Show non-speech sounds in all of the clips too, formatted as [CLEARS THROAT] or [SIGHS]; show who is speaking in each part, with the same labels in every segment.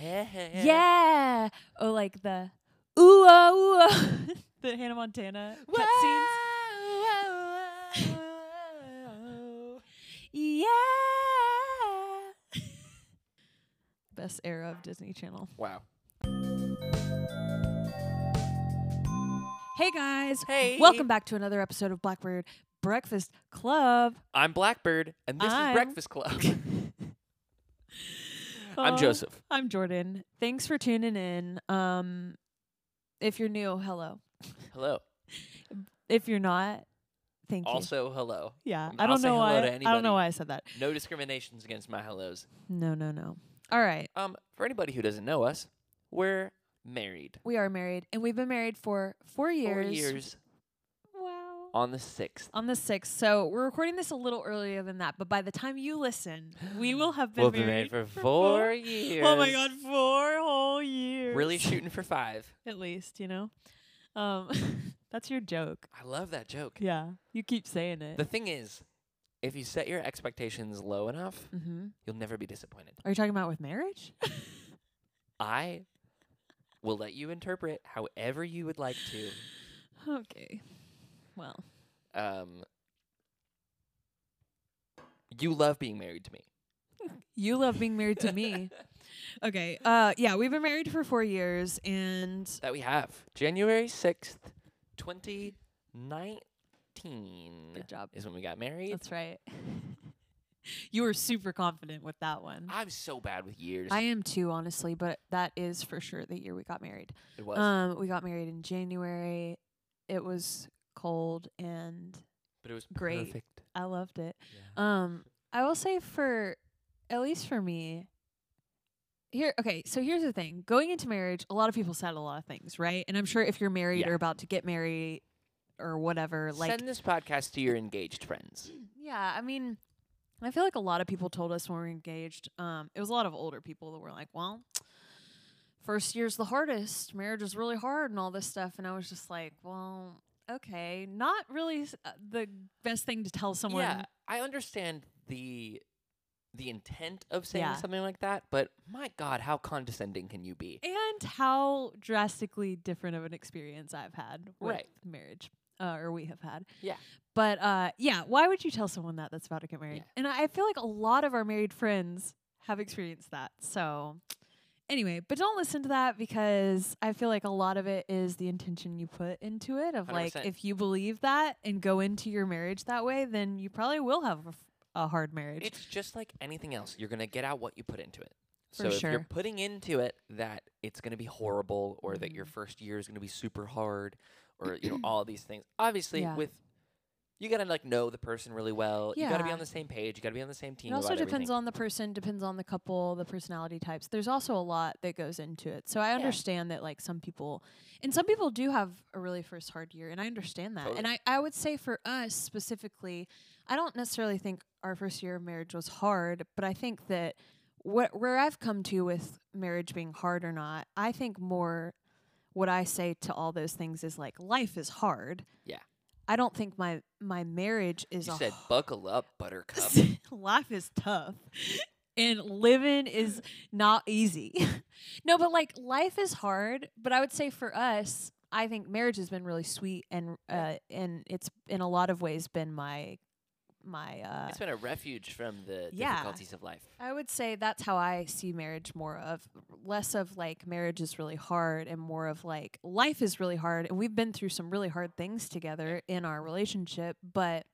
Speaker 1: yeah.
Speaker 2: Yeah. Oh, like the ooh oh, ooh oh. [LAUGHS] the Hannah Montana cutscenes. Yeah. [LAUGHS] Best era of Disney Channel.
Speaker 1: [LAUGHS] Wow.
Speaker 2: Hey guys.
Speaker 1: Hey.
Speaker 2: Welcome back to another episode of Blackbird Breakfast Club.
Speaker 1: I'm Blackbird, and this
Speaker 2: I'm-
Speaker 1: is Breakfast
Speaker 2: [LAUGHS]
Speaker 1: Club. I'm
Speaker 2: Oh,
Speaker 1: Joseph.
Speaker 2: I'm Jordan. Thanks for tuning in. Um if you're new, hello.
Speaker 1: Hello.
Speaker 2: If you're not, thank
Speaker 1: Also, hello.
Speaker 2: you. Yeah.
Speaker 1: and
Speaker 2: I
Speaker 1: I'll
Speaker 2: don't
Speaker 1: say
Speaker 2: know
Speaker 1: hello
Speaker 2: why
Speaker 1: to
Speaker 2: I don't
Speaker 1: anybody.
Speaker 2: know why I said that.
Speaker 1: No discriminations against my hellos.
Speaker 2: No, no, no. All right.
Speaker 1: Um, for anybody who doesn't know us, we're married.
Speaker 2: We are married and we've been married for 4 years.
Speaker 1: Four years
Speaker 2: Wow.
Speaker 1: on the sixth.
Speaker 2: on the 6th. So we're recording this a little earlier than that, but by the time you listen, [GASPS] we will have been
Speaker 1: We'll be
Speaker 2: married,
Speaker 1: married for four years.
Speaker 2: Oh my god, four whole years.
Speaker 1: Really shooting for five.
Speaker 2: [LAUGHS] At least, you know. Um [LAUGHS] that's your joke.
Speaker 1: I love that joke.
Speaker 2: Yeah. You keep saying it.
Speaker 1: The thing is, if you set your expectations low enough,
Speaker 2: mm-hmm.
Speaker 1: you'll never be disappointed.
Speaker 2: Are you talking about with marriage?
Speaker 1: I will let you interpret however you would like to.
Speaker 2: [LAUGHS] okay. Well,
Speaker 1: Um, you love being married to me.
Speaker 2: you love being married to me. [LAUGHS] okay. Uh yeah, we've been married for 4 years and
Speaker 1: [LAUGHS] That we have January 6th, 2019
Speaker 2: good job.
Speaker 1: is when we got married.
Speaker 2: That's right. [LAUGHS] you were super confident with that one.
Speaker 1: I'm so bad with years.
Speaker 2: I am too, honestly, but that is for sure the year we got married.
Speaker 1: it was,
Speaker 2: Um, we got married in January. It was cold and
Speaker 1: but it was
Speaker 2: great.
Speaker 1: perfect.
Speaker 2: I loved it.
Speaker 1: Yeah.
Speaker 2: Um, I will say for at least for me here okay, so here's the thing. Going into marriage, a lot of people said a lot of things, right? And I'm sure if you're married
Speaker 1: Yeah.
Speaker 2: or about to get married or whatever, like
Speaker 1: Send this podcast to your engaged friends.
Speaker 2: Yeah, I mean, I feel like a lot of people told us when we were engaged. Um, it was a lot of older people that were like, "Well, first year's the hardest. Marriage is really hard, and all this stuff." And I was just like, "Well, okay, not really s- uh, the best thing to tell someone."
Speaker 1: Yeah, I understand the the intent of saying
Speaker 2: Yeah.
Speaker 1: something like that, but my God, how condescending can you be?
Speaker 2: And how drastically different of an experience I've had with
Speaker 1: Right.
Speaker 2: marriage, uh, or we have had.
Speaker 1: Yeah.
Speaker 2: But uh, yeah, why would you tell someone that that's about to get married?
Speaker 1: Yeah.
Speaker 2: And I I feel like a lot of our married friends have experienced that. So anyway, but don't listen to that because I feel like a lot of it is the intention you put into it. Of like,
Speaker 1: 100%.
Speaker 2: if you believe that and go into your marriage that way, then you probably will have a, f- a hard marriage.
Speaker 1: It's just like anything else. You're gonna get out what you put into it.
Speaker 2: For
Speaker 1: so if
Speaker 2: sure.
Speaker 1: you're putting into it that it's gonna be horrible, or that
Speaker 2: Mm-hmm.
Speaker 1: your first year is gonna be super hard, or
Speaker 2: [CLEARS THROAT]
Speaker 1: you know all these things, obviously
Speaker 2: Yeah.
Speaker 1: with you gotta like know the person really well. You gotta be
Speaker 2: Yeah.
Speaker 1: on the same page. You gotta be on the same team.
Speaker 2: It also
Speaker 1: about
Speaker 2: depends
Speaker 1: everything.
Speaker 2: on the person, depends on the couple, the personality types. There's also a lot that goes into it. So I understand that like some people and some people do have a really first hard year and I understand that. And
Speaker 1: Totally.
Speaker 2: I, I would say for us specifically, I don't necessarily think our first year of marriage was hard, but I think that what where I've come to with marriage being hard or not, I think more what I say to all those things is like life is hard.
Speaker 1: Yeah.
Speaker 2: I don't think my my marriage is
Speaker 1: You
Speaker 2: a
Speaker 1: said buckle up, Buttercup.
Speaker 2: [LAUGHS] life is tough and living is not easy. [LAUGHS] no, but like life is hard, but I would say for us, I think marriage has been really sweet and uh and it's in a lot of ways been my my uh
Speaker 1: it's been a refuge from the
Speaker 2: Yeah.
Speaker 1: difficulties of life.
Speaker 2: I would say that's how I see marriage more of less of like marriage is really hard and more of like life is really hard and we've been through some really hard things together in our relationship but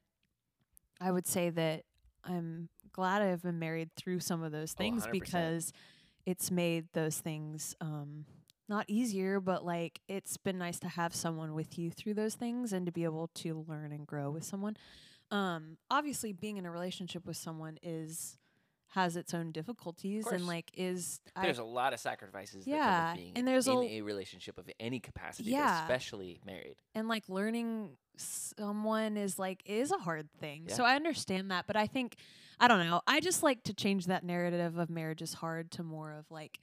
Speaker 2: I would say that I'm glad I've been married through some of those
Speaker 1: Oh,
Speaker 2: things
Speaker 1: 100%.
Speaker 2: because it's made those things um not easier but like it's been nice to have someone with you through those things and to be able to learn and grow with someone um obviously being in a relationship with someone is has its own difficulties
Speaker 1: course.
Speaker 2: and like is
Speaker 1: There's a lot of sacrifices that come
Speaker 2: Yeah,
Speaker 1: with being
Speaker 2: and there's a
Speaker 1: in
Speaker 2: l-
Speaker 1: a, relationship of any capacity, but
Speaker 2: Yeah.
Speaker 1: especially married.
Speaker 2: and like learning someone is like is a hard thing.
Speaker 1: Yeah.
Speaker 2: So I understand that, but I think I don't know. I just like to change that narrative of marriage is hard to more of like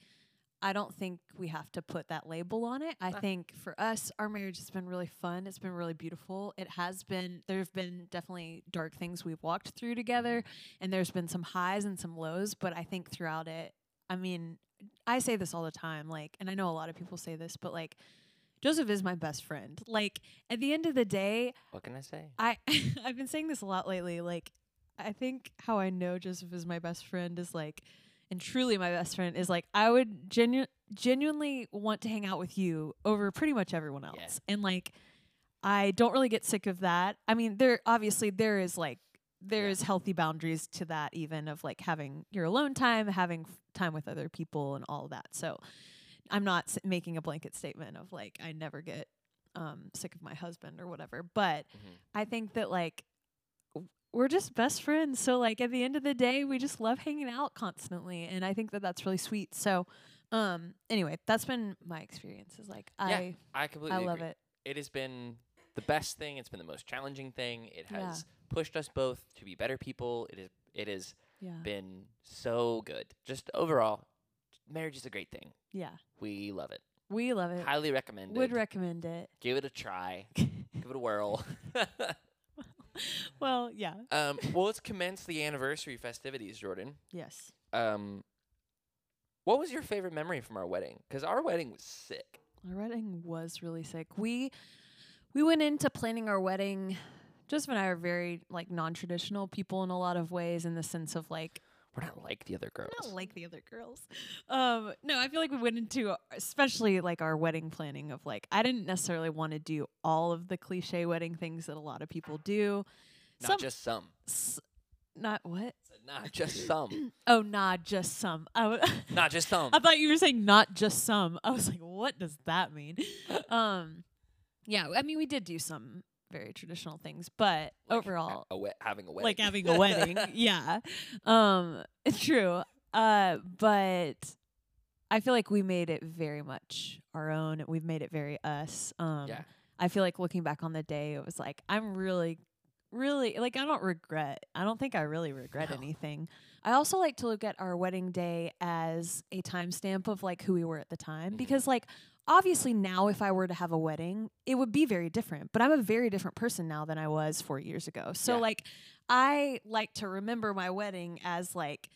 Speaker 2: I don't think we have to put that label on it. I
Speaker 1: Ah.
Speaker 2: think for us, our marriage has been really fun. It's been really beautiful. It has been, there have been definitely dark things we've walked through together, and there's been some highs and some lows, but I think throughout it, I mean, I say this all the time, like, and I know a lot of people say this, but like, Joseph is my best friend. Like, at the end of the day,
Speaker 1: What can I say?
Speaker 2: I [LAUGHS] I've been saying this a lot lately. Like, I think how I know Joseph is my best friend is like, and truly my best friend is like, I would genu- genuinely want to hang out with you over pretty much everyone else,
Speaker 1: Yeah.
Speaker 2: and like, I don't really get sick of that. I mean, there obviously there is like there
Speaker 1: Yeah.
Speaker 2: is healthy boundaries to that, even of like having your alone time, having f- time with other people, and all that. So, I'm not s- making a blanket statement of like I never get um, sick of my husband or whatever, but
Speaker 1: Mhm.
Speaker 2: I think that like w- we're just best friends. So like at the end of the day, we just love hanging out constantly, and I think that that's really sweet. So, um, anyway, that's been my experience. Is like
Speaker 1: Yeah,
Speaker 2: I
Speaker 1: I completely
Speaker 2: I love
Speaker 1: agree.
Speaker 2: it.
Speaker 1: it has been the best thing. It's been the most challenging thing. It
Speaker 2: Yeah.
Speaker 1: has pushed us both to be better people. It is. It has
Speaker 2: Yeah,
Speaker 1: been so good. Just overall, marriage is a great thing.
Speaker 2: yeah,
Speaker 1: We love it.
Speaker 2: we love it.
Speaker 1: Highly recommended.
Speaker 2: Would recommend it. [LAUGHS]
Speaker 1: Give it a try. Give it a whirl.
Speaker 2: well, yeah,
Speaker 1: um, well, let's commence the anniversary festivities, Jordan.
Speaker 2: yes.
Speaker 1: Um, what was your favorite memory from our wedding? Because our wedding was sick.
Speaker 2: Our wedding was really sick. We we went into planning our wedding. Joseph and I are very like non-traditional people in a lot of ways, in the sense of like
Speaker 1: We're not like the other girls.
Speaker 2: Not like the other girls. Um, no, I feel like we went into especially like our wedding planning of like I didn't necessarily want to do all of the cliche wedding things that a lot of people do.
Speaker 1: not
Speaker 2: some
Speaker 1: just some.
Speaker 2: s- not what?
Speaker 1: Said Not just
Speaker 2: [CLEARS THROAT]
Speaker 1: some.
Speaker 2: Oh, nah, just some. I [LAUGHS] w-
Speaker 1: not just some.
Speaker 2: I thought you were saying not just some. I was like, what does that
Speaker 1: [LAUGHS]
Speaker 2: mean? um, yeah, I mean we did do some very traditional things, but
Speaker 1: Like, uh, ha-
Speaker 2: overall,
Speaker 1: a we- having a wedding.
Speaker 2: like having a
Speaker 1: [LAUGHS]
Speaker 2: wedding. yeah. Um [LAUGHS] it's true. Uh but I feel like we made it very much our own. We've made it very us. Um
Speaker 1: Yeah.
Speaker 2: I feel like looking back on the day it was like I'm really really like I don't regret. I don't think I really regret
Speaker 1: No.
Speaker 2: anything. I also like to look at our wedding day as a timestamp of like who we were at the time
Speaker 1: Mhm.
Speaker 2: because like obviously now if I were to have a wedding, it would be very different, but I'm a very different person now than I was 4 years ago. So
Speaker 1: Yeah.
Speaker 2: like I like to remember my wedding as like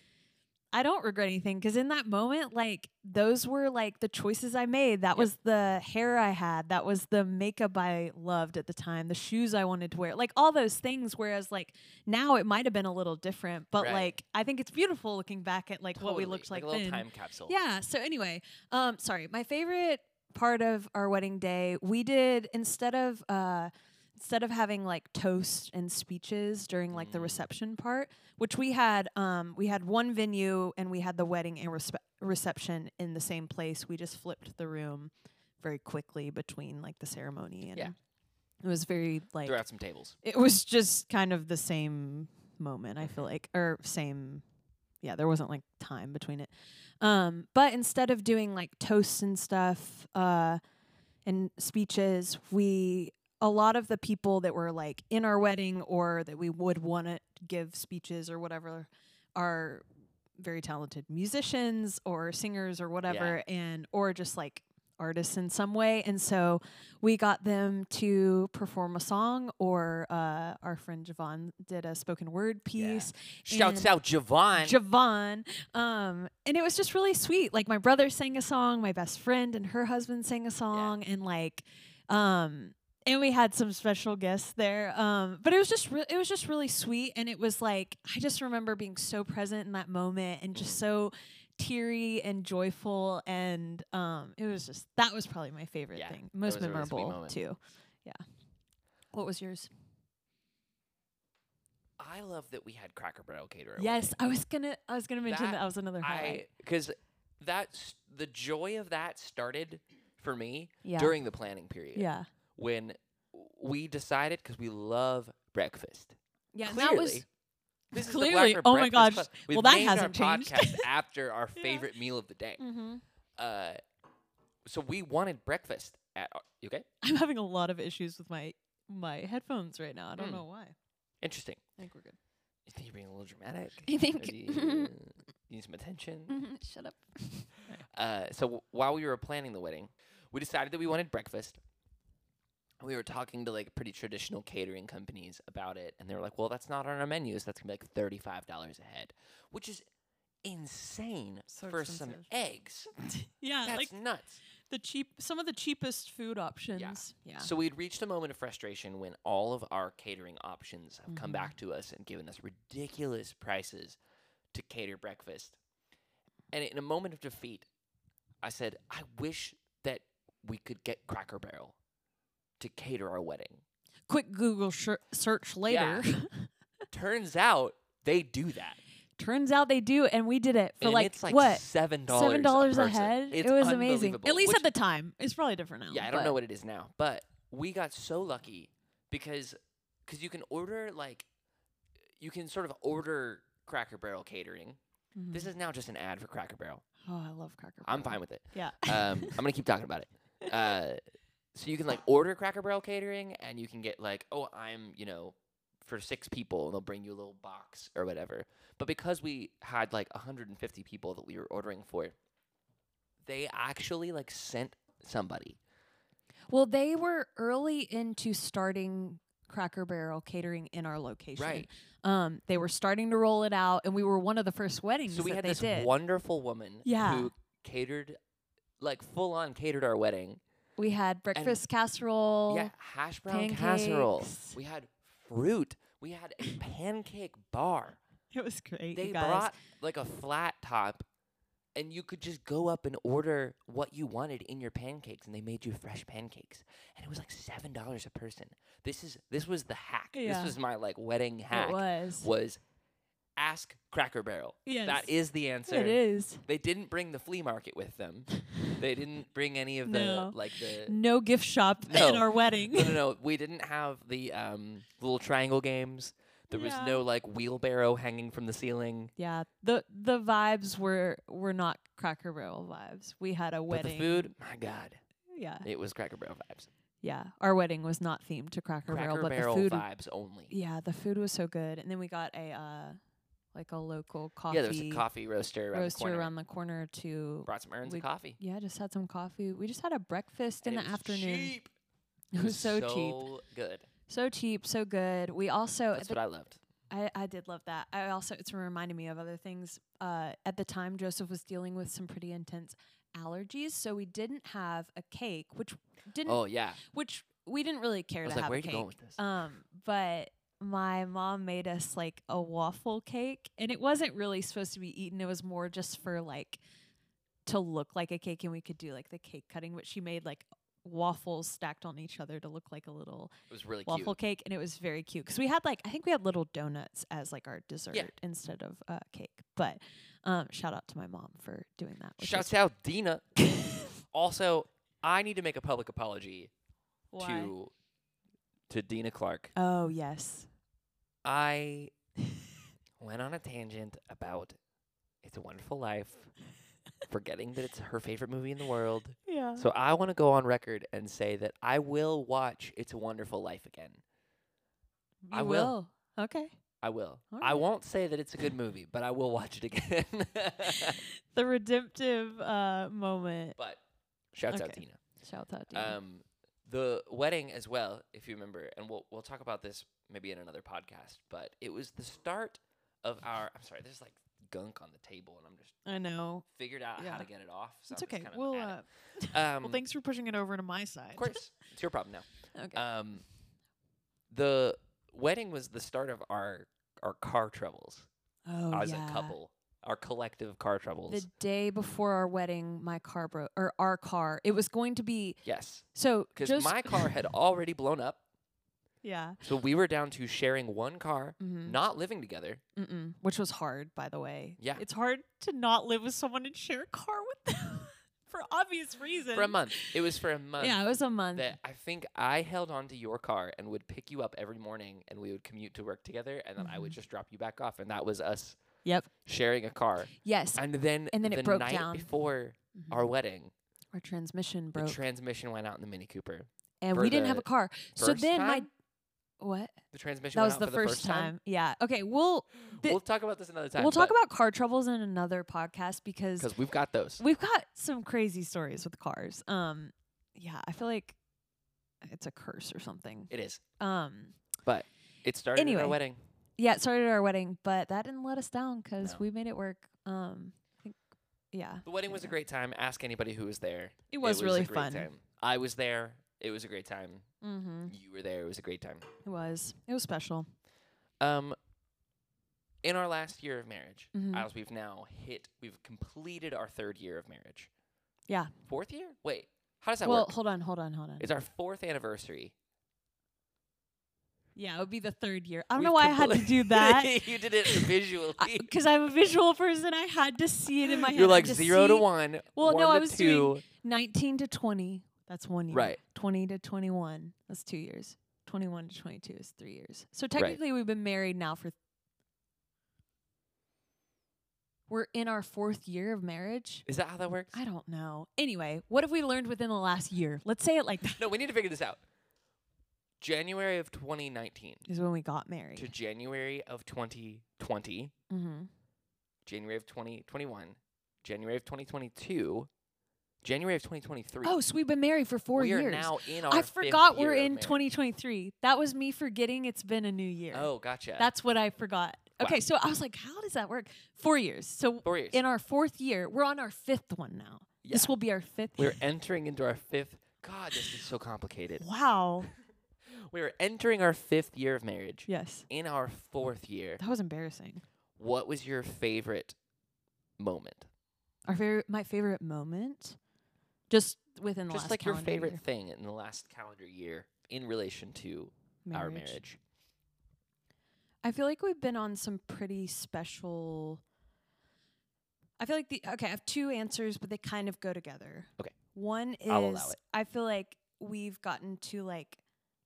Speaker 2: I don't regret anything because in that moment, like those were like the choices I made.
Speaker 1: Yep.
Speaker 2: That was the hair I had. That was the makeup I loved at the time, the shoes I wanted to wear, like all those things. Whereas, like now it might have been a little different, but
Speaker 1: Right.
Speaker 2: like I think it's beautiful looking back at like what we
Speaker 1: Totally.
Speaker 2: looked like,
Speaker 1: a little
Speaker 2: then.
Speaker 1: time capsule.
Speaker 2: Yeah. So anyway, um, sorry. My favorite part of our wedding day, we did instead of uh, instead of having like toast and speeches during like the
Speaker 1: Mm.
Speaker 2: reception part, which we had, um, we had one venue and we had the wedding and respe- reception in the same place. We just flipped the room very quickly between like the ceremony and
Speaker 1: Yeah.
Speaker 2: it was very like
Speaker 1: Throw out some tables.
Speaker 2: it was just kind of the same moment i feel like or same yeah there wasn't like time between it um but instead of doing like toasts and stuff uh and speeches we a lot of the people that were like in our wedding or that we would want to give speeches or whatever are very talented musicians or singers or whatever and or just like artists in some way and so we got them to perform a song or uh, our friend javon did a spoken word piece
Speaker 1: Shouts
Speaker 2: And-
Speaker 1: out Javon.
Speaker 2: Javon. Um, and it was just really sweet. Like my brother sang a song, my best friend and her husband sang a song, and like, um, and we had some special guests there. Um, but it was just re- it was just really sweet, and it was like I just remember being so present in that moment and just
Speaker 1: Mhm.
Speaker 2: so teary and joyful, and um, it was just that was probably my favorite
Speaker 1: Yeah,
Speaker 2: thing,
Speaker 1: that
Speaker 2: most
Speaker 1: was a really sweet
Speaker 2: memorable
Speaker 1: moment.
Speaker 2: too. Yeah. What was yours?
Speaker 1: I love that we had Cracker Barrel cater. at
Speaker 2: Yes, I was gonna I was gonna mention
Speaker 1: That-
Speaker 2: that, was another
Speaker 1: wedding.
Speaker 2: highlight.
Speaker 1: I because that's the joy of that started for me
Speaker 2: yeah.
Speaker 1: during the planning period.
Speaker 2: yeah.
Speaker 1: When we decided because we love breakfast.
Speaker 2: Yeah, and
Speaker 1: clearly.
Speaker 2: that was
Speaker 1: this is the
Speaker 2: clearly.
Speaker 1: Blackbird
Speaker 2: Oh my
Speaker 1: Breakfast
Speaker 2: gosh.
Speaker 1: Club. We've
Speaker 2: Well, that
Speaker 1: named our
Speaker 2: hasn't changed. [LAUGHS]
Speaker 1: podcast after our
Speaker 2: Yeah.
Speaker 1: favorite meal of the day.
Speaker 2: Mm-hmm.
Speaker 1: Uh, so we wanted breakfast at. Our, you okay?
Speaker 2: [LAUGHS] I'm having a lot of issues with my my headphones right now. I don't
Speaker 1: Mm.
Speaker 2: know why.
Speaker 1: Interesting.
Speaker 2: I think we're good.
Speaker 1: You think you're being a little
Speaker 2: [LAUGHS]
Speaker 1: dramatic?
Speaker 2: I think-
Speaker 1: Or do you,
Speaker 2: [LAUGHS]
Speaker 1: uh, you need some attention.
Speaker 2: Mm-hmm. Shut up.
Speaker 1: Uh, so w- while we were planning the wedding, we decided that we wanted breakfast. And We were talking to like pretty traditional catering companies about it, and they were like, "Well, that's not on our menus. That's gonna be like thirty-five dollars a head, which is insane
Speaker 2: So
Speaker 1: for some
Speaker 2: expensive.
Speaker 1: eggs.
Speaker 2: Yeah,
Speaker 1: That's
Speaker 2: [LAUGHS] like
Speaker 1: nuts.
Speaker 2: the cheap, some of the cheapest food options. Yeah.
Speaker 1: So we'd reached a moment of frustration when all of our catering options have come
Speaker 2: Mhm.
Speaker 1: back to us and given us ridiculous prices to cater breakfast. And in a moment of defeat, I said, I wish that we could get Cracker Barrel to cater our
Speaker 2: [LAUGHS]
Speaker 1: wedding.
Speaker 2: Quick Google shir- search later. [LAUGHS]
Speaker 1: Turns out they do that.
Speaker 2: Turns out they do, and we did it for
Speaker 1: and
Speaker 2: like,
Speaker 1: it's like
Speaker 2: what
Speaker 1: seven dollars.
Speaker 2: seven dollars a
Speaker 1: person.
Speaker 2: head.
Speaker 1: It's
Speaker 2: it was amazing.
Speaker 1: unbelievable,
Speaker 2: At least
Speaker 1: which-
Speaker 2: at the time, it's probably different now.
Speaker 1: Yeah, I don't
Speaker 2: but-
Speaker 1: know what it is now, but we got so lucky because because you can order like you can sort of order Cracker Barrel catering.
Speaker 2: Mhm.
Speaker 1: This is now just an ad for Cracker Barrel.
Speaker 2: Oh, I love Cracker.
Speaker 1: I'm
Speaker 2: Barrel.
Speaker 1: fine with it.
Speaker 2: Yeah.
Speaker 1: Um, I'm gonna keep talking about it. Uh, so you can like order Cracker Barrel catering, and you can get like, oh, I'm you know for six people, and they'll bring you a little box or whatever. But because we had like 150 people that we were ordering for, they actually like sent somebody.
Speaker 2: Well, they were early into starting Cracker Barrel catering in our location.
Speaker 1: Right.
Speaker 2: Um, they were starting to roll it out, and we were one of the first weddings
Speaker 1: So we
Speaker 2: that
Speaker 1: had
Speaker 2: they
Speaker 1: this
Speaker 2: did.
Speaker 1: wonderful woman
Speaker 2: Yeah.
Speaker 1: who catered, like full on catered our wedding.
Speaker 2: we had breakfast casserole.
Speaker 1: yeah, hash brown casserole.
Speaker 2: pancakes.
Speaker 1: We had fruit. We had a pancake bar.
Speaker 2: It was great.
Speaker 1: They brought like a flat top, and you could just go up and order what you wanted in your pancakes, and they made you fresh pancakes, and it was like seven dollars a person. This is this was the hack.
Speaker 2: Yeah.
Speaker 1: This was my like wedding hack.
Speaker 2: It was.
Speaker 1: was ask Cracker Barrel.
Speaker 2: Yes.
Speaker 1: That is the answer.
Speaker 2: It is.
Speaker 1: They didn't bring the flea market with them. They
Speaker 2: [LAUGHS]
Speaker 1: didn't bring any of the
Speaker 2: No.
Speaker 1: like
Speaker 2: [LAUGHS]
Speaker 1: the
Speaker 2: No gift shop
Speaker 1: No.
Speaker 2: in our wedding.
Speaker 1: no no no. We didn't have the um little triangle games. There
Speaker 2: Yeah.
Speaker 1: was no like wheelbarrow hanging from the ceiling.
Speaker 2: [LAUGHS] Yeah, the the vibes were were not Cracker Barrel vibes. We had a
Speaker 1: But the
Speaker 2: wedding. Uh,
Speaker 1: food, my God,
Speaker 2: Yeah,
Speaker 1: it was Cracker Barrel vibes.
Speaker 2: yeah. Our wedding was not themed to Cracker,
Speaker 1: Cracker
Speaker 2: Barrel, but
Speaker 1: Barrel
Speaker 2: the food.
Speaker 1: vibes only.
Speaker 2: Yeah, the food was so good, and then we got a uh, like a local coffee.
Speaker 1: yeah, there was a coffee roaster around the
Speaker 2: roaster
Speaker 1: corner.
Speaker 2: around the corner to.
Speaker 1: Brought some urns
Speaker 2: we-
Speaker 1: of coffee.
Speaker 2: Yeah, just had some coffee. We just had a breakfast
Speaker 1: and
Speaker 2: in the
Speaker 1: it was
Speaker 2: afternoon.
Speaker 1: cheap.
Speaker 2: [LAUGHS] It was so, cheap,
Speaker 1: so good.
Speaker 2: so cheap, so good. We also at
Speaker 1: That's
Speaker 2: the
Speaker 1: what I loved.
Speaker 2: I, I did love that. I also it's reminded me of other things. Uh, at the time, Joseph was dealing with some pretty intense allergies, so we didn't have a cake, which didn't,
Speaker 1: Oh yeah.
Speaker 2: which we didn't really care
Speaker 1: I was
Speaker 2: to
Speaker 1: like,
Speaker 2: have
Speaker 1: where are
Speaker 2: a
Speaker 1: you
Speaker 2: cake.
Speaker 1: going with this?
Speaker 2: Um, but my mom made us like a waffle cake, and it wasn't really supposed to be eaten. It was more just for like to look like a cake, and we could do like the cake cutting. But she made like waffles stacked on each other to look like a little
Speaker 1: it was really cute.
Speaker 2: waffle cake, and it was very cute because we had like I think we had little donuts as like our dessert instead of uh, cake. But um, shout out to my mom for doing that. which
Speaker 1: Shouts [LAUGHS]
Speaker 2: was-
Speaker 1: out Dina. also, I need to make a public apology
Speaker 2: Why?
Speaker 1: to to Dina Clark.
Speaker 2: Oh yes,
Speaker 1: I [LAUGHS] went on a tangent about It's a Wonderful
Speaker 2: [LAUGHS]
Speaker 1: Life, forgetting that it's her favorite movie in the world.
Speaker 2: yeah.
Speaker 1: So I want to go on record and say that I will watch It's a Wonderful Life again. I will.
Speaker 2: Okay.
Speaker 1: I will.
Speaker 2: All
Speaker 1: I
Speaker 2: right.
Speaker 1: won't say that it's a good movie, but I will watch it again. [LAUGHS]
Speaker 2: [LAUGHS] The redemptive uh, moment.
Speaker 1: but shouts out
Speaker 2: Okay.
Speaker 1: Dina.
Speaker 2: Shout out to you.
Speaker 1: Um, the wedding as well, if you remember, and we'll we'll talk about this maybe in another podcast. But it was the start of our. I'm sorry, there's like gunk on the table, and I'm just
Speaker 2: I know.
Speaker 1: figured out how
Speaker 2: Yeah.
Speaker 1: to get it off. So
Speaker 2: It's
Speaker 1: I'm just
Speaker 2: okay.
Speaker 1: kind of
Speaker 2: We'll
Speaker 1: at
Speaker 2: uh,
Speaker 1: it. um,
Speaker 2: well thanks for pushing it over to my side.
Speaker 1: Of course, it's your problem now.
Speaker 2: [LAUGHS] okay.
Speaker 1: Um, the wedding was the start of our our car troubles
Speaker 2: oh
Speaker 1: as
Speaker 2: yeah.
Speaker 1: a couple, our collective car troubles.
Speaker 2: The day before our wedding, my car broke, or our car. It was going to be
Speaker 1: yes,
Speaker 2: so.
Speaker 1: because
Speaker 2: Jos-
Speaker 1: my car
Speaker 2: [LAUGHS]
Speaker 1: had already blown up,
Speaker 2: yeah.
Speaker 1: so we were down to sharing one car,
Speaker 2: [LAUGHS] Mm-hmm.
Speaker 1: not living together.
Speaker 2: Mm-mm, which was hard, by the way.
Speaker 1: Yeah.
Speaker 2: It's hard to not live with someone and share a car with them [LAUGHS] for obvious reasons.
Speaker 1: for a month. It was for a month.
Speaker 2: Yeah, it was a month.
Speaker 1: That I think I held on to your car and would pick you up every morning, and we would commute to work together, and then I would just drop you back off, and that was us
Speaker 2: Mm-hmm. Yep.
Speaker 1: sharing a car.
Speaker 2: Yes.
Speaker 1: And then,
Speaker 2: And then it
Speaker 1: the
Speaker 2: broke
Speaker 1: night
Speaker 2: down.
Speaker 1: before
Speaker 2: Mhm.
Speaker 1: our wedding,
Speaker 2: Our transmission broke,
Speaker 1: the transmission went out in the Mini Cooper.
Speaker 2: and
Speaker 1: for
Speaker 2: we didn't have
Speaker 1: the
Speaker 2: a car. So
Speaker 1: first
Speaker 2: then my
Speaker 1: time?
Speaker 2: what?
Speaker 1: The transmission
Speaker 2: That
Speaker 1: went
Speaker 2: was
Speaker 1: out
Speaker 2: the
Speaker 1: for
Speaker 2: first, time. Yeah. Okay. We'll Thi-
Speaker 1: we'll talk about this another time.
Speaker 2: we'll talk about car troubles in another podcast because
Speaker 1: because we've got those.
Speaker 2: we've got some crazy stories with cars. Um, yeah, I feel like it's a curse or something.
Speaker 1: it is.
Speaker 2: Um,
Speaker 1: It started at
Speaker 2: Anyway.
Speaker 1: our wedding.
Speaker 2: yeah, it started at our wedding, but that didn't let us down because
Speaker 1: No.
Speaker 2: we made it work. Um, I think, yeah,
Speaker 1: The wedding was a
Speaker 2: Yeah.
Speaker 1: great time. Ask anybody who was there.
Speaker 2: it was, really
Speaker 1: a great
Speaker 2: fun.
Speaker 1: Time. I was there. It was a great time.
Speaker 2: Mm-hmm.
Speaker 1: You were there. It was a great time.
Speaker 2: It was. It was special.
Speaker 1: Um, in our last year of marriage,
Speaker 2: Mhm.
Speaker 1: as we've now hit, we've completed our third year of marriage.
Speaker 2: Yeah.
Speaker 1: Fourth year? Wait, how does that
Speaker 2: well,
Speaker 1: work?
Speaker 2: hold on, hold on, hold on.
Speaker 1: It's our fourth anniversary.
Speaker 2: yeah, it would be the third year. I don't
Speaker 1: We've
Speaker 2: know why I had to
Speaker 1: [LAUGHS]
Speaker 2: do that
Speaker 1: you did it visually.
Speaker 2: because I'm a visual person. I had to
Speaker 1: [LAUGHS]
Speaker 2: see it in my head.
Speaker 1: You're
Speaker 2: I
Speaker 1: like
Speaker 2: had
Speaker 1: zero to
Speaker 2: see
Speaker 1: one.
Speaker 2: Well,
Speaker 1: one
Speaker 2: no,
Speaker 1: to
Speaker 2: I was
Speaker 1: two.
Speaker 2: doing- 19 to 20. That's one year.
Speaker 1: Right.
Speaker 2: 20 to 21. That's two years. 21 to 22 is three years. So technically, we've been married now for. We're in our fourth year of marriage.
Speaker 1: Is that how that works?
Speaker 2: I don't know. Anyway, what have we learned within the last year? Let's say it like that. [LAUGHS]
Speaker 1: No, we need to figure this out. January of 2019
Speaker 2: Is when we got
Speaker 1: to
Speaker 2: married.
Speaker 1: January of 2020,
Speaker 2: Mm-hmm.
Speaker 1: January of 2021, January of 2022, January of 2023.
Speaker 2: Oh, so we've been married for four
Speaker 1: we
Speaker 2: years.
Speaker 1: are now in our
Speaker 2: I
Speaker 1: fifth
Speaker 2: forgot
Speaker 1: year
Speaker 2: we're
Speaker 1: of
Speaker 2: in
Speaker 1: marriage.
Speaker 2: 2023. That was me forgetting it's been a new year.
Speaker 1: Oh, gotcha.
Speaker 2: That's what I forgot.
Speaker 1: Wow.
Speaker 2: Okay, so I was like, how does that work? Four years. So
Speaker 1: four years.
Speaker 2: in our fourth year, we're on our fifth one now.
Speaker 1: Yeah.
Speaker 2: This will be our fifth.
Speaker 1: We're entering into our fifth. God, this is so complicated. [LAUGHS]
Speaker 2: wow.
Speaker 1: We are entering our fifth year of marriage.
Speaker 2: Yes.
Speaker 1: In our fourth year,
Speaker 2: That was embarrassing.
Speaker 1: what was your favorite moment?
Speaker 2: Our favorite, my favorite moment, just within the
Speaker 1: Just
Speaker 2: last
Speaker 1: like your
Speaker 2: calendar
Speaker 1: favorite
Speaker 2: year.
Speaker 1: thing in the last calendar year in relation to our marriage.
Speaker 2: I feel like we've been on some pretty special. I feel like the okay. I have two answers, but they kind of go together.
Speaker 1: Okay.
Speaker 2: One is
Speaker 1: I'll allow it.
Speaker 2: I feel like we've gotten to like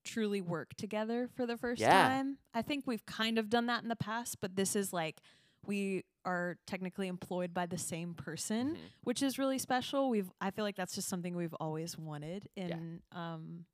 Speaker 2: truly work together for the first
Speaker 1: Yeah.
Speaker 2: time. I think we've kind of done that in the past, but this is like we are technically employed by the same person,
Speaker 1: Mhm.
Speaker 2: which is really special. We've I feel like that's just something we've always wanted in um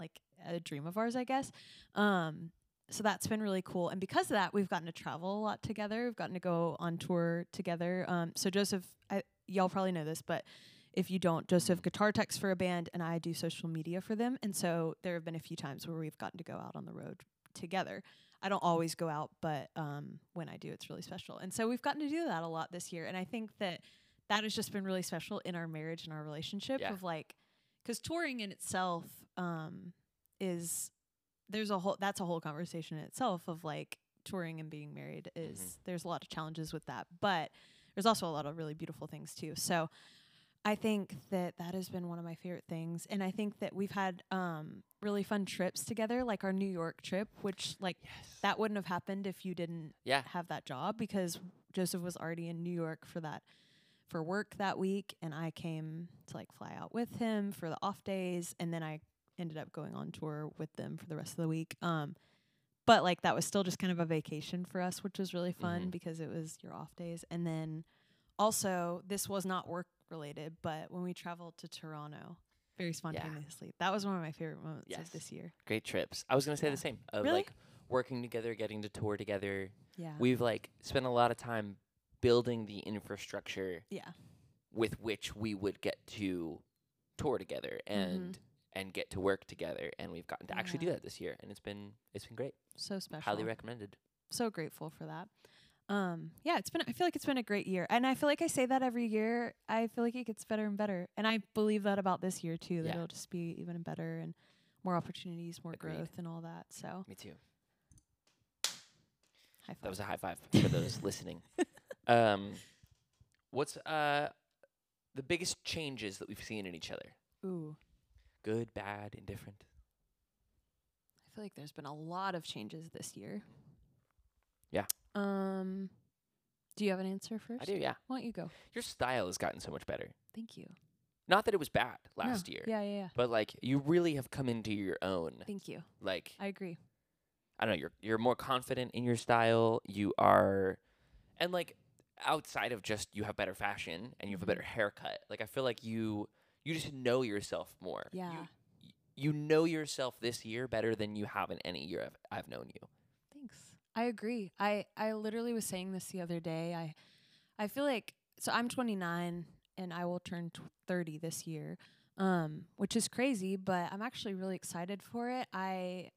Speaker 2: like a dream of ours, I guess. Um so that's been really cool. And because of that, we've gotten to travel a lot together. We've gotten to go on tour together. Um, so Joseph, I, y'all probably know this, but if you don't, Joseph guitar techs for a band, and I do social media for them. And so there have been a few times where we've gotten to go out on the road together. I don't always go out, but um, when I do, it's really special. And so we've gotten to do that a lot this year. And I think that that has just been really special in our marriage and our relationship
Speaker 1: Yeah.
Speaker 2: of like, because touring in itself um, is there's a whole that's a whole conversation in itself of like touring and being married is there's a lot of challenges with that but there's also a lot of really beautiful things too so i think that that has been one of my favorite things and i think that we've had um really fun trips together like our new york trip which like
Speaker 1: Yes.
Speaker 2: that wouldn't have happened if you didn't
Speaker 1: Yeah.
Speaker 2: have that job because Joseph was already in New York for that for work that week and I came to like fly out with him for the off days and then I ended up going on tour with them for the rest of the week. Um but like that was still just kind of a vacation for us, which was really fun
Speaker 1: Mhm.
Speaker 2: because it was your off days. And then also this was not work related, but when we traveled to Toronto very spontaneously. That was one of my favorite moments
Speaker 1: Yes.
Speaker 2: of this year.
Speaker 1: Great trips. I was gonna say
Speaker 2: Yeah.
Speaker 1: the same. Of
Speaker 2: Really?
Speaker 1: like working together, getting to tour together.
Speaker 2: Yeah.
Speaker 1: We've like spent a lot of time building the infrastructure
Speaker 2: yeah.
Speaker 1: with which we would get to tour together and and get to work together. And we've gotten to actually do
Speaker 2: Mm-hmm. Yeah.
Speaker 1: that this year, and it's been it's been great.
Speaker 2: So special.
Speaker 1: Highly recommended.
Speaker 2: so grateful for that. Um, yeah, it's been I feel like it's been a great year. And I feel like I say that every year. I feel like it gets better and better. And I believe that about this year too, that
Speaker 1: Yeah.
Speaker 2: it'll just be even better and more opportunities, more
Speaker 1: Agreed.
Speaker 2: growth and all that. So
Speaker 1: Me too.
Speaker 2: high
Speaker 1: That
Speaker 2: five.
Speaker 1: was a high five
Speaker 2: [LAUGHS]
Speaker 1: for those listening. Um, what's uh the biggest changes that we've seen in each other?
Speaker 2: Ooh.
Speaker 1: Good, bad, indifferent.
Speaker 2: I feel like there's been a lot of changes this year.
Speaker 1: Yeah.
Speaker 2: Um do you have an answer first?
Speaker 1: I do, yeah.
Speaker 2: Why don't you go?
Speaker 1: Your style has gotten so much better.
Speaker 2: Thank you.
Speaker 1: Not that it was bad
Speaker 2: No.
Speaker 1: last year,
Speaker 2: Yeah, yeah, yeah.
Speaker 1: but like you really have come into your own.
Speaker 2: Thank you.
Speaker 1: Like
Speaker 2: I agree.
Speaker 1: I don't know, you're you're more confident in your style. You are, and like outside of just you have better fashion and you have a
Speaker 2: Mhm.
Speaker 1: better haircut. Like I feel like you you just know yourself more. You-
Speaker 2: Yeah.
Speaker 1: y- You, know yourself this year better than you have in any year I've, I've known you.
Speaker 2: Thanks. I agree. I I literally was saying this the other day. I I feel like so I'm 29 and I will turn t- 30 this year. Um which is crazy, but I'm actually really excited for it. I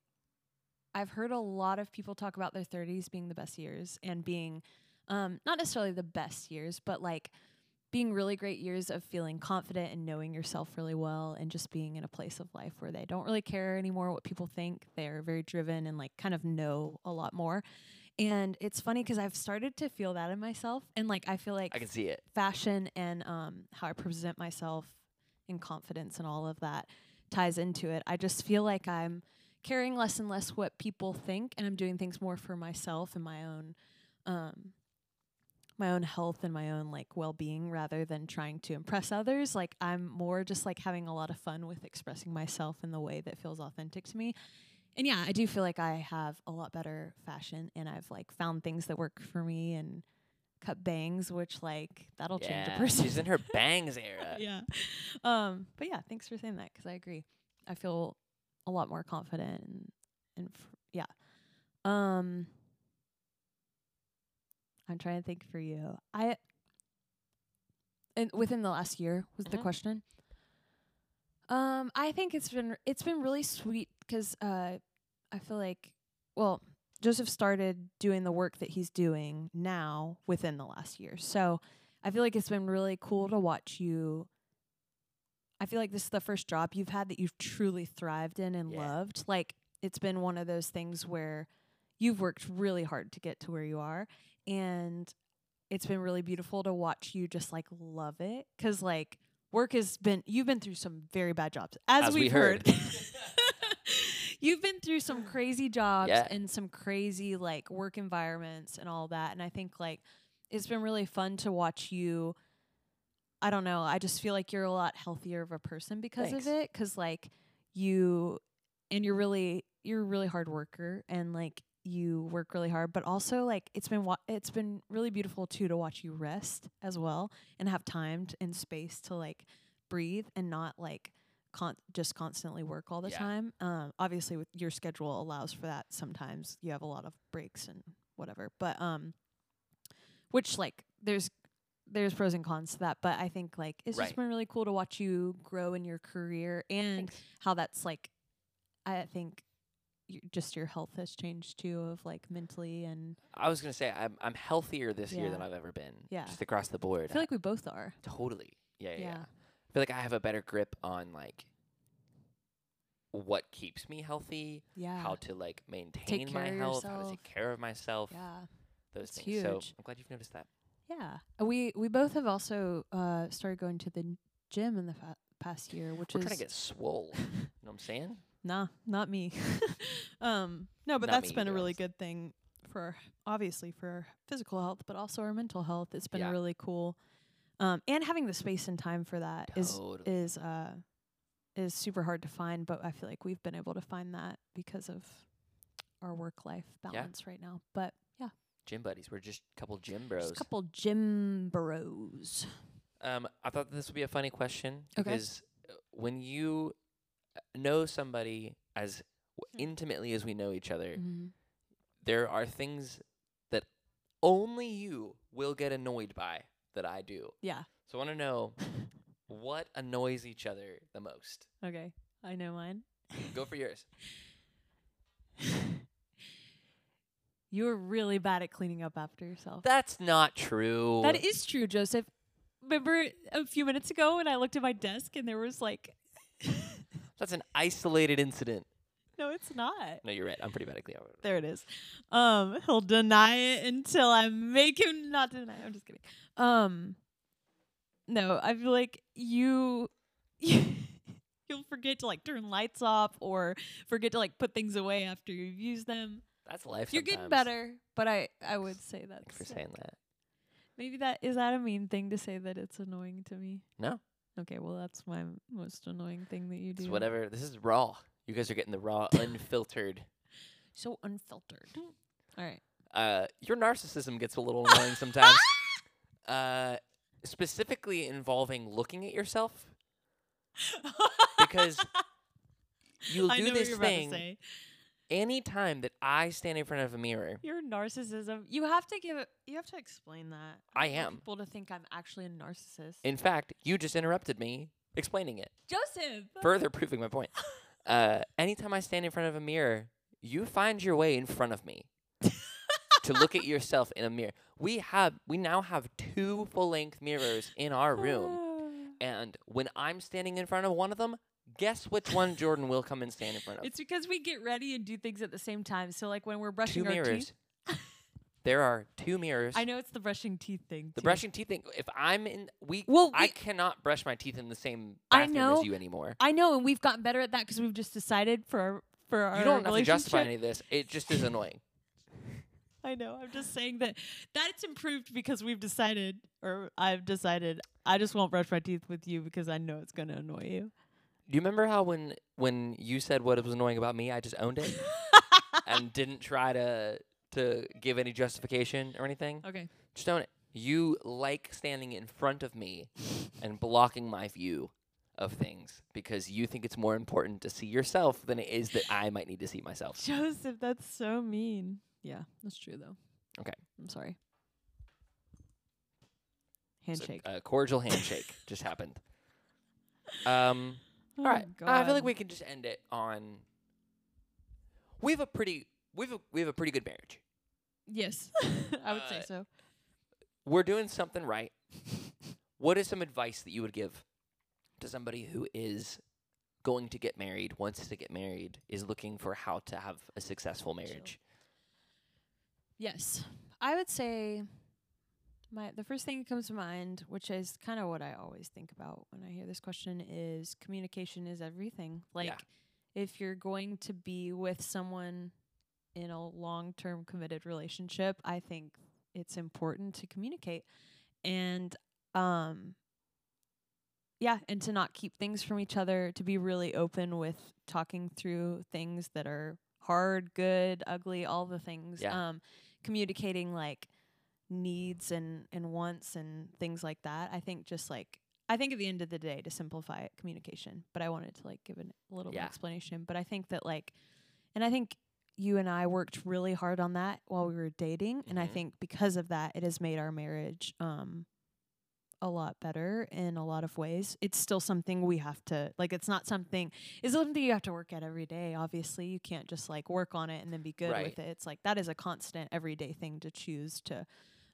Speaker 2: I've heard a lot of people talk about their 30s being the best years and being um, not necessarily the best years, but like being really great years of feeling confident and knowing yourself really well and just being in a place of life where they don't really care anymore what people think. They're very driven and like kind of know a lot more. And it's funny because I've started to feel that in myself. And like, I feel like
Speaker 1: I can see it.
Speaker 2: fashion and um, how I present myself and confidence and all of that ties into it. I just feel like I'm caring less and less what people think, and I'm doing things more for myself and my own, um, my own health and my own like well being rather than trying to impress others. Like I'm more just like having a lot of fun with expressing myself in the way that feels authentic to me. And yeah, I do feel like I have a lot better fashion and I've like found things that work for me and cut bangs, which like that'll change a
Speaker 1: Yeah,
Speaker 2: person.
Speaker 1: She's in her bangs era.
Speaker 2: [LAUGHS] yeah. Um, but yeah, thanks for saying that 'cause I agree. I feel a lot more confident and, and fr- yeah. Um, I'm trying to think for you. I and within the last year was the
Speaker 1: Mhm.
Speaker 2: question. Um, I think it's been it's been really sweet 'cause uh, I feel like well, Joseph started doing the work that he's doing now within the last year. So I feel like it's been really cool to watch you. I feel like this is the first job you've had that you've truly thrived in and
Speaker 1: Yeah.
Speaker 2: loved. Like it's been one of those things where you've worked really hard to get to where you are and it's been really beautiful to watch you just like love it cuz like work has been you've been through some very bad jobs as,
Speaker 1: As we
Speaker 2: we've
Speaker 1: heard.
Speaker 2: [LAUGHS] you've been through some crazy jobs
Speaker 1: Yeah.
Speaker 2: and some crazy like work environments and all that and I think like it's been really fun to watch you I don't know, I just feel like you're a lot healthier of a person because
Speaker 1: Thanks.
Speaker 2: of it cuz like you and you're really you're a really hard worker and like you work really hard but also like it's been wa- it's been really beautiful too to watch you rest as well and have time t- and space to like breathe and not like con- just constantly work all the
Speaker 1: Yeah.
Speaker 2: time um obviously with your schedule allows for that sometimes you have a lot of breaks and whatever but um which like there's there's pros and cons to that but i think like it's
Speaker 1: Right.
Speaker 2: just been really cool to watch you grow in your career and
Speaker 1: Thanks.
Speaker 2: how that's like i think your, just your health has changed too of like mentally and
Speaker 1: I was gonna say I'm I'm healthier this year than
Speaker 2: Yeah.
Speaker 1: I've ever been.
Speaker 2: Yeah.
Speaker 1: Just across the board.
Speaker 2: i feel like we both are
Speaker 1: totally. Yeah, yeah, yeah.
Speaker 2: Yeah.
Speaker 1: I feel like I have a better grip on like what keeps me healthy,
Speaker 2: yeah
Speaker 1: how to like maintain my
Speaker 2: Ah, care of
Speaker 1: health, how to take
Speaker 2: yourself.
Speaker 1: care of myself,
Speaker 2: yeah
Speaker 1: those
Speaker 2: it's
Speaker 1: things. So
Speaker 2: huge.
Speaker 1: I'm glad you've noticed that.
Speaker 2: yeah Uh, we we both have also uh started going to the n- gym in the fa- past year which
Speaker 1: We're
Speaker 2: is
Speaker 1: trying to get
Speaker 2: [LAUGHS]
Speaker 1: swole. you know what I'm saying?
Speaker 2: nah not me [LAUGHS] um no but
Speaker 1: Not
Speaker 2: that's
Speaker 1: me
Speaker 2: been a
Speaker 1: either,
Speaker 2: really
Speaker 1: honestly.
Speaker 2: good thing for our, obviously for our physical health but also our mental health it's been
Speaker 1: Yeah.
Speaker 2: really cool um and having the space and time for that is
Speaker 1: totally.
Speaker 2: is uh is super hard to find, but I feel like we've been able to find that because of our work life balance right now. But yeah,
Speaker 1: gym buddies. We're just a couple gym bros.
Speaker 2: just a couple gym bros.
Speaker 1: Um, I thought this would be a funny question
Speaker 2: Okay.
Speaker 1: because uh, when you uh, know somebody as
Speaker 2: Hmm.
Speaker 1: w- intimately as we know each other,
Speaker 2: Mm-hmm.
Speaker 1: there are things that only you will get annoyed by that I do.
Speaker 2: Yeah.
Speaker 1: So I want to
Speaker 2: [LAUGHS]
Speaker 1: know what annoys each other the most.
Speaker 2: Okay. I know mine. [LAUGHS]
Speaker 1: Go for yours.
Speaker 2: you were really bad at cleaning up after yourself.
Speaker 1: That's not true.
Speaker 2: that is true, Joseph. Remember a few minutes ago when I looked at my desk and there was like,
Speaker 1: That's an isolated incident.
Speaker 2: no, it's not.
Speaker 1: No, you're right. I'm pretty bad at cleaning up.
Speaker 2: There it is. Um, he'll deny it until I make him not deny. It. I'm just kidding. Um, no, I feel like you, [LAUGHS] you'll forget to like turn lights off or forget to like put things away after you've used them.
Speaker 1: That's life.
Speaker 2: You're getting
Speaker 1: sometimes.
Speaker 2: better, but I I would say
Speaker 1: Thanks
Speaker 2: that's
Speaker 1: for saying that.
Speaker 2: maybe that is that a mean thing to say that it's annoying to me.
Speaker 1: No.
Speaker 2: Okay, well that's my m- most annoying thing that you do.
Speaker 1: It's whatever. This is raw. You guys are getting the
Speaker 2: [LAUGHS]
Speaker 1: raw, unfiltered.
Speaker 2: So unfiltered. Mm. All [LAUGHS] right.
Speaker 1: Uh, your narcissism gets a little
Speaker 2: [LAUGHS]
Speaker 1: annoying sometimes. Uh, specifically involving looking at yourself
Speaker 2: [LAUGHS]
Speaker 1: because you'll
Speaker 2: I know
Speaker 1: do
Speaker 2: what
Speaker 1: this
Speaker 2: you're about to
Speaker 1: thing
Speaker 2: say.
Speaker 1: any time that I stand in front of a mirror.
Speaker 2: Your narcissism. You have to give it. You have to explain that.
Speaker 1: I
Speaker 2: don't want
Speaker 1: am.
Speaker 2: people to think I'm actually a narcissist.
Speaker 1: In fact, you just interrupted me explaining it,
Speaker 2: Joseph.
Speaker 1: further [LAUGHS] proving my point. Uh, anytime I stand in front of a mirror, you find your way in front of me to look at yourself in a mirror. We have we now have two full length mirrors in our
Speaker 2: Ah. [SIGHS]
Speaker 1: room, and when I'm standing in front of one of them, guess which one Jordan will come and stand in front of?
Speaker 2: It's because we get ready and do things at the same time. So like when we're brushing
Speaker 1: two
Speaker 2: our
Speaker 1: mirrors.
Speaker 2: teeth,
Speaker 1: there are two mirrors.
Speaker 2: I know it's the brushing teeth thing.
Speaker 1: The
Speaker 2: too.
Speaker 1: brushing teeth thing. If I'm in, we,
Speaker 2: Well,
Speaker 1: I
Speaker 2: we-
Speaker 1: cannot brush my teeth in the same
Speaker 2: I
Speaker 1: bathroom
Speaker 2: know.
Speaker 1: as you anymore.
Speaker 2: I know, and we've gotten better at that because we've just decided for our for our
Speaker 1: You don't have to
Speaker 2: relationship.
Speaker 1: justify any of this. It just is annoying.
Speaker 2: I know. I'm just saying that that's improved because we've decided, or I've decided, I just won't brush my teeth with you because I know it's going to annoy you.
Speaker 1: Do you remember how when when you said what was annoying about me, I just owned
Speaker 2: [LAUGHS]
Speaker 1: it and didn't try to to give any justification or anything?
Speaker 2: okay.
Speaker 1: Just own it. You like standing in front of me and blocking my view of things because you think it's more important to see yourself than it is that I might need to see myself.
Speaker 2: Joseph, that's so mean. Yeah, that's true though.
Speaker 1: Okay.
Speaker 2: I'm sorry.
Speaker 1: So,
Speaker 2: Handshake.
Speaker 1: A cordial
Speaker 2: [LAUGHS]
Speaker 1: handshake just happened. Um.
Speaker 2: Oh
Speaker 1: All right. I feel like we can just end it on. We have a pretty we have a, we have a pretty good marriage.
Speaker 2: [LAUGHS] Yes, I would say
Speaker 1: Uh,
Speaker 2: so.
Speaker 1: We're doing something right. what is some advice that you would give to somebody who is going to get married, wants to get married, is looking for how to have a successful marriage?
Speaker 2: Yes, I would say my the first thing that comes to mind, which is kind of what I always think about when I hear this question, is communication is everything. Like, if you're going to be with someone in a long term committed relationship, I think it's important to communicate and um yeah and to not keep things from each other to be really open with talking through things that are hard good ugly all the things
Speaker 1: Yeah.
Speaker 2: um communicating like needs and and wants and things like that i think just like i think at the end of the day to simplify it communication but i wanted to like give an, a little bit
Speaker 1: Yeah.
Speaker 2: explanation but i think that like and i think you and I worked really hard on that while we were dating, and I
Speaker 1: Mhm.
Speaker 2: think because of that, it has made our marriage um a lot better in a lot of ways. It's still something we have to like. It's not something. It's something you have to work at every day. Obviously, you can't just like work on it and then be good
Speaker 1: Right.
Speaker 2: with it. It's like that is a constant everyday thing to choose to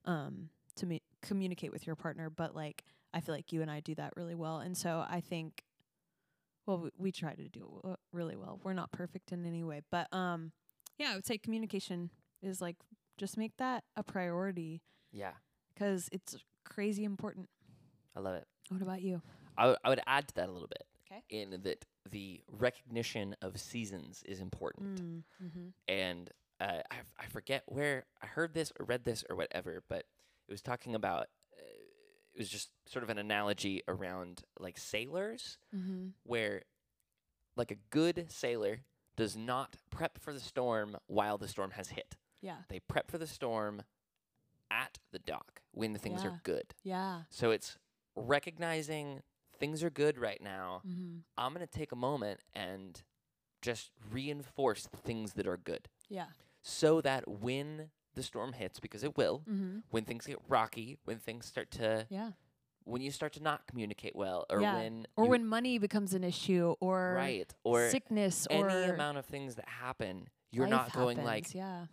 Speaker 2: um to me- communicate with your partner. But like, I feel like you and I do that really well, and so I think well we, we try to do it w- really well we're not perfect in any way but um yeah i would say communication is like just make that a priority
Speaker 1: Yeah,
Speaker 2: because it's crazy important
Speaker 1: I love it.
Speaker 2: what about you
Speaker 1: I w- I would add to that a little bit.
Speaker 2: 'Kay.
Speaker 1: In that the recognition of seasons is important.
Speaker 2: mm-hmm.
Speaker 1: and uh, I, f- I forget where I heard this or read this or whatever, but it was talking about uh, it was just sort of an analogy around like sailors,
Speaker 2: Mm-hmm.
Speaker 1: where like a good sailor does not prep for the storm while the storm has hit.
Speaker 2: yeah
Speaker 1: They prep for the storm at the dock when the things
Speaker 2: Yeah.
Speaker 1: are good.
Speaker 2: yeah
Speaker 1: So it's recognizing things are good right now.
Speaker 2: mm-hmm.
Speaker 1: I'm going to take a moment and just reinforce the things that are good
Speaker 2: yeah
Speaker 1: so that when the storm hits, because it will,
Speaker 2: mm-hmm.
Speaker 1: when things get rocky, when things start to,
Speaker 2: yeah
Speaker 1: when you start to not communicate well, or
Speaker 2: Yeah.
Speaker 1: when,
Speaker 2: or
Speaker 1: you-
Speaker 2: when money becomes an issue or
Speaker 1: right, or
Speaker 2: sickness or
Speaker 1: any amount of things that happen, you're not
Speaker 2: life
Speaker 1: going like,
Speaker 2: happens. yeah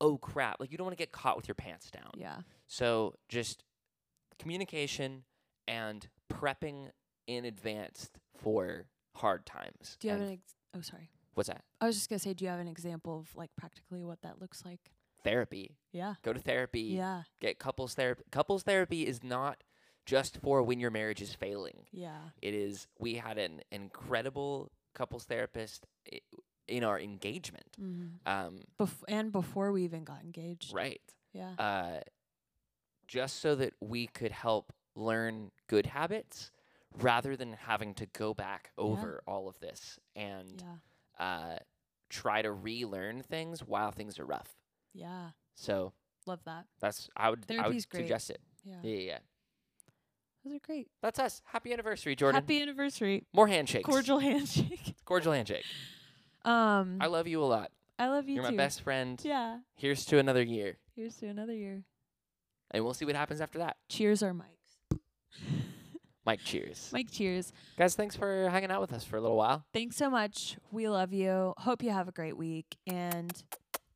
Speaker 1: oh crap, like you don't want to get caught with your pants down.
Speaker 2: yeah
Speaker 1: So just communication and prepping in advance for hard times.
Speaker 2: do you have
Speaker 1: and
Speaker 2: an ex- oh sorry
Speaker 1: what's that?
Speaker 2: i was just gonna say do you have an example of like practically what that looks like
Speaker 1: Therapy.
Speaker 2: yeah
Speaker 1: Go to therapy.
Speaker 2: yeah
Speaker 1: Get couples therapy. Couples therapy is not just for when your marriage is failing.
Speaker 2: yeah
Speaker 1: It is we had an incredible couples therapist i- in our engagement.
Speaker 2: mm-hmm.
Speaker 1: Um,
Speaker 2: Bef- and before we even got engaged.
Speaker 1: right.
Speaker 2: Yeah.
Speaker 1: Uh, just so that we could help learn good habits rather than having to go back over all of this and
Speaker 2: Yeah.
Speaker 1: uh, try to relearn things while things are rough.
Speaker 2: Yeah.
Speaker 1: So
Speaker 2: Love that.
Speaker 1: that's I would I would
Speaker 2: Therapy's great.
Speaker 1: suggest it.
Speaker 2: Yeah.
Speaker 1: Yeah, yeah, yeah.
Speaker 2: Those are great.
Speaker 1: That's us. Happy anniversary, Jordan.
Speaker 2: Happy anniversary.
Speaker 1: More handshakes.
Speaker 2: Cordial [LAUGHS] handshake.
Speaker 1: Cordial handshake.
Speaker 2: Um
Speaker 1: I love you a lot.
Speaker 2: I love you
Speaker 1: You're
Speaker 2: too.
Speaker 1: my best friend.
Speaker 2: Yeah.
Speaker 1: Here's to another year.
Speaker 2: Here's to another year.
Speaker 1: And we'll see what happens after that.
Speaker 2: Cheers our mics.
Speaker 1: Mike, cheers.
Speaker 2: Mike cheers.
Speaker 1: Guys, thanks for hanging out with us for a little while.
Speaker 2: Thanks so much. We love you. Hope you have a great week and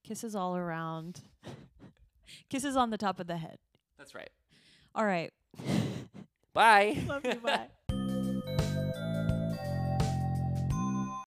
Speaker 2: kisses all around.
Speaker 1: [LAUGHS] Kisses on the top of the head.
Speaker 2: That's right.
Speaker 1: All right.
Speaker 2: Bye.
Speaker 1: [LAUGHS] Love you. Bye.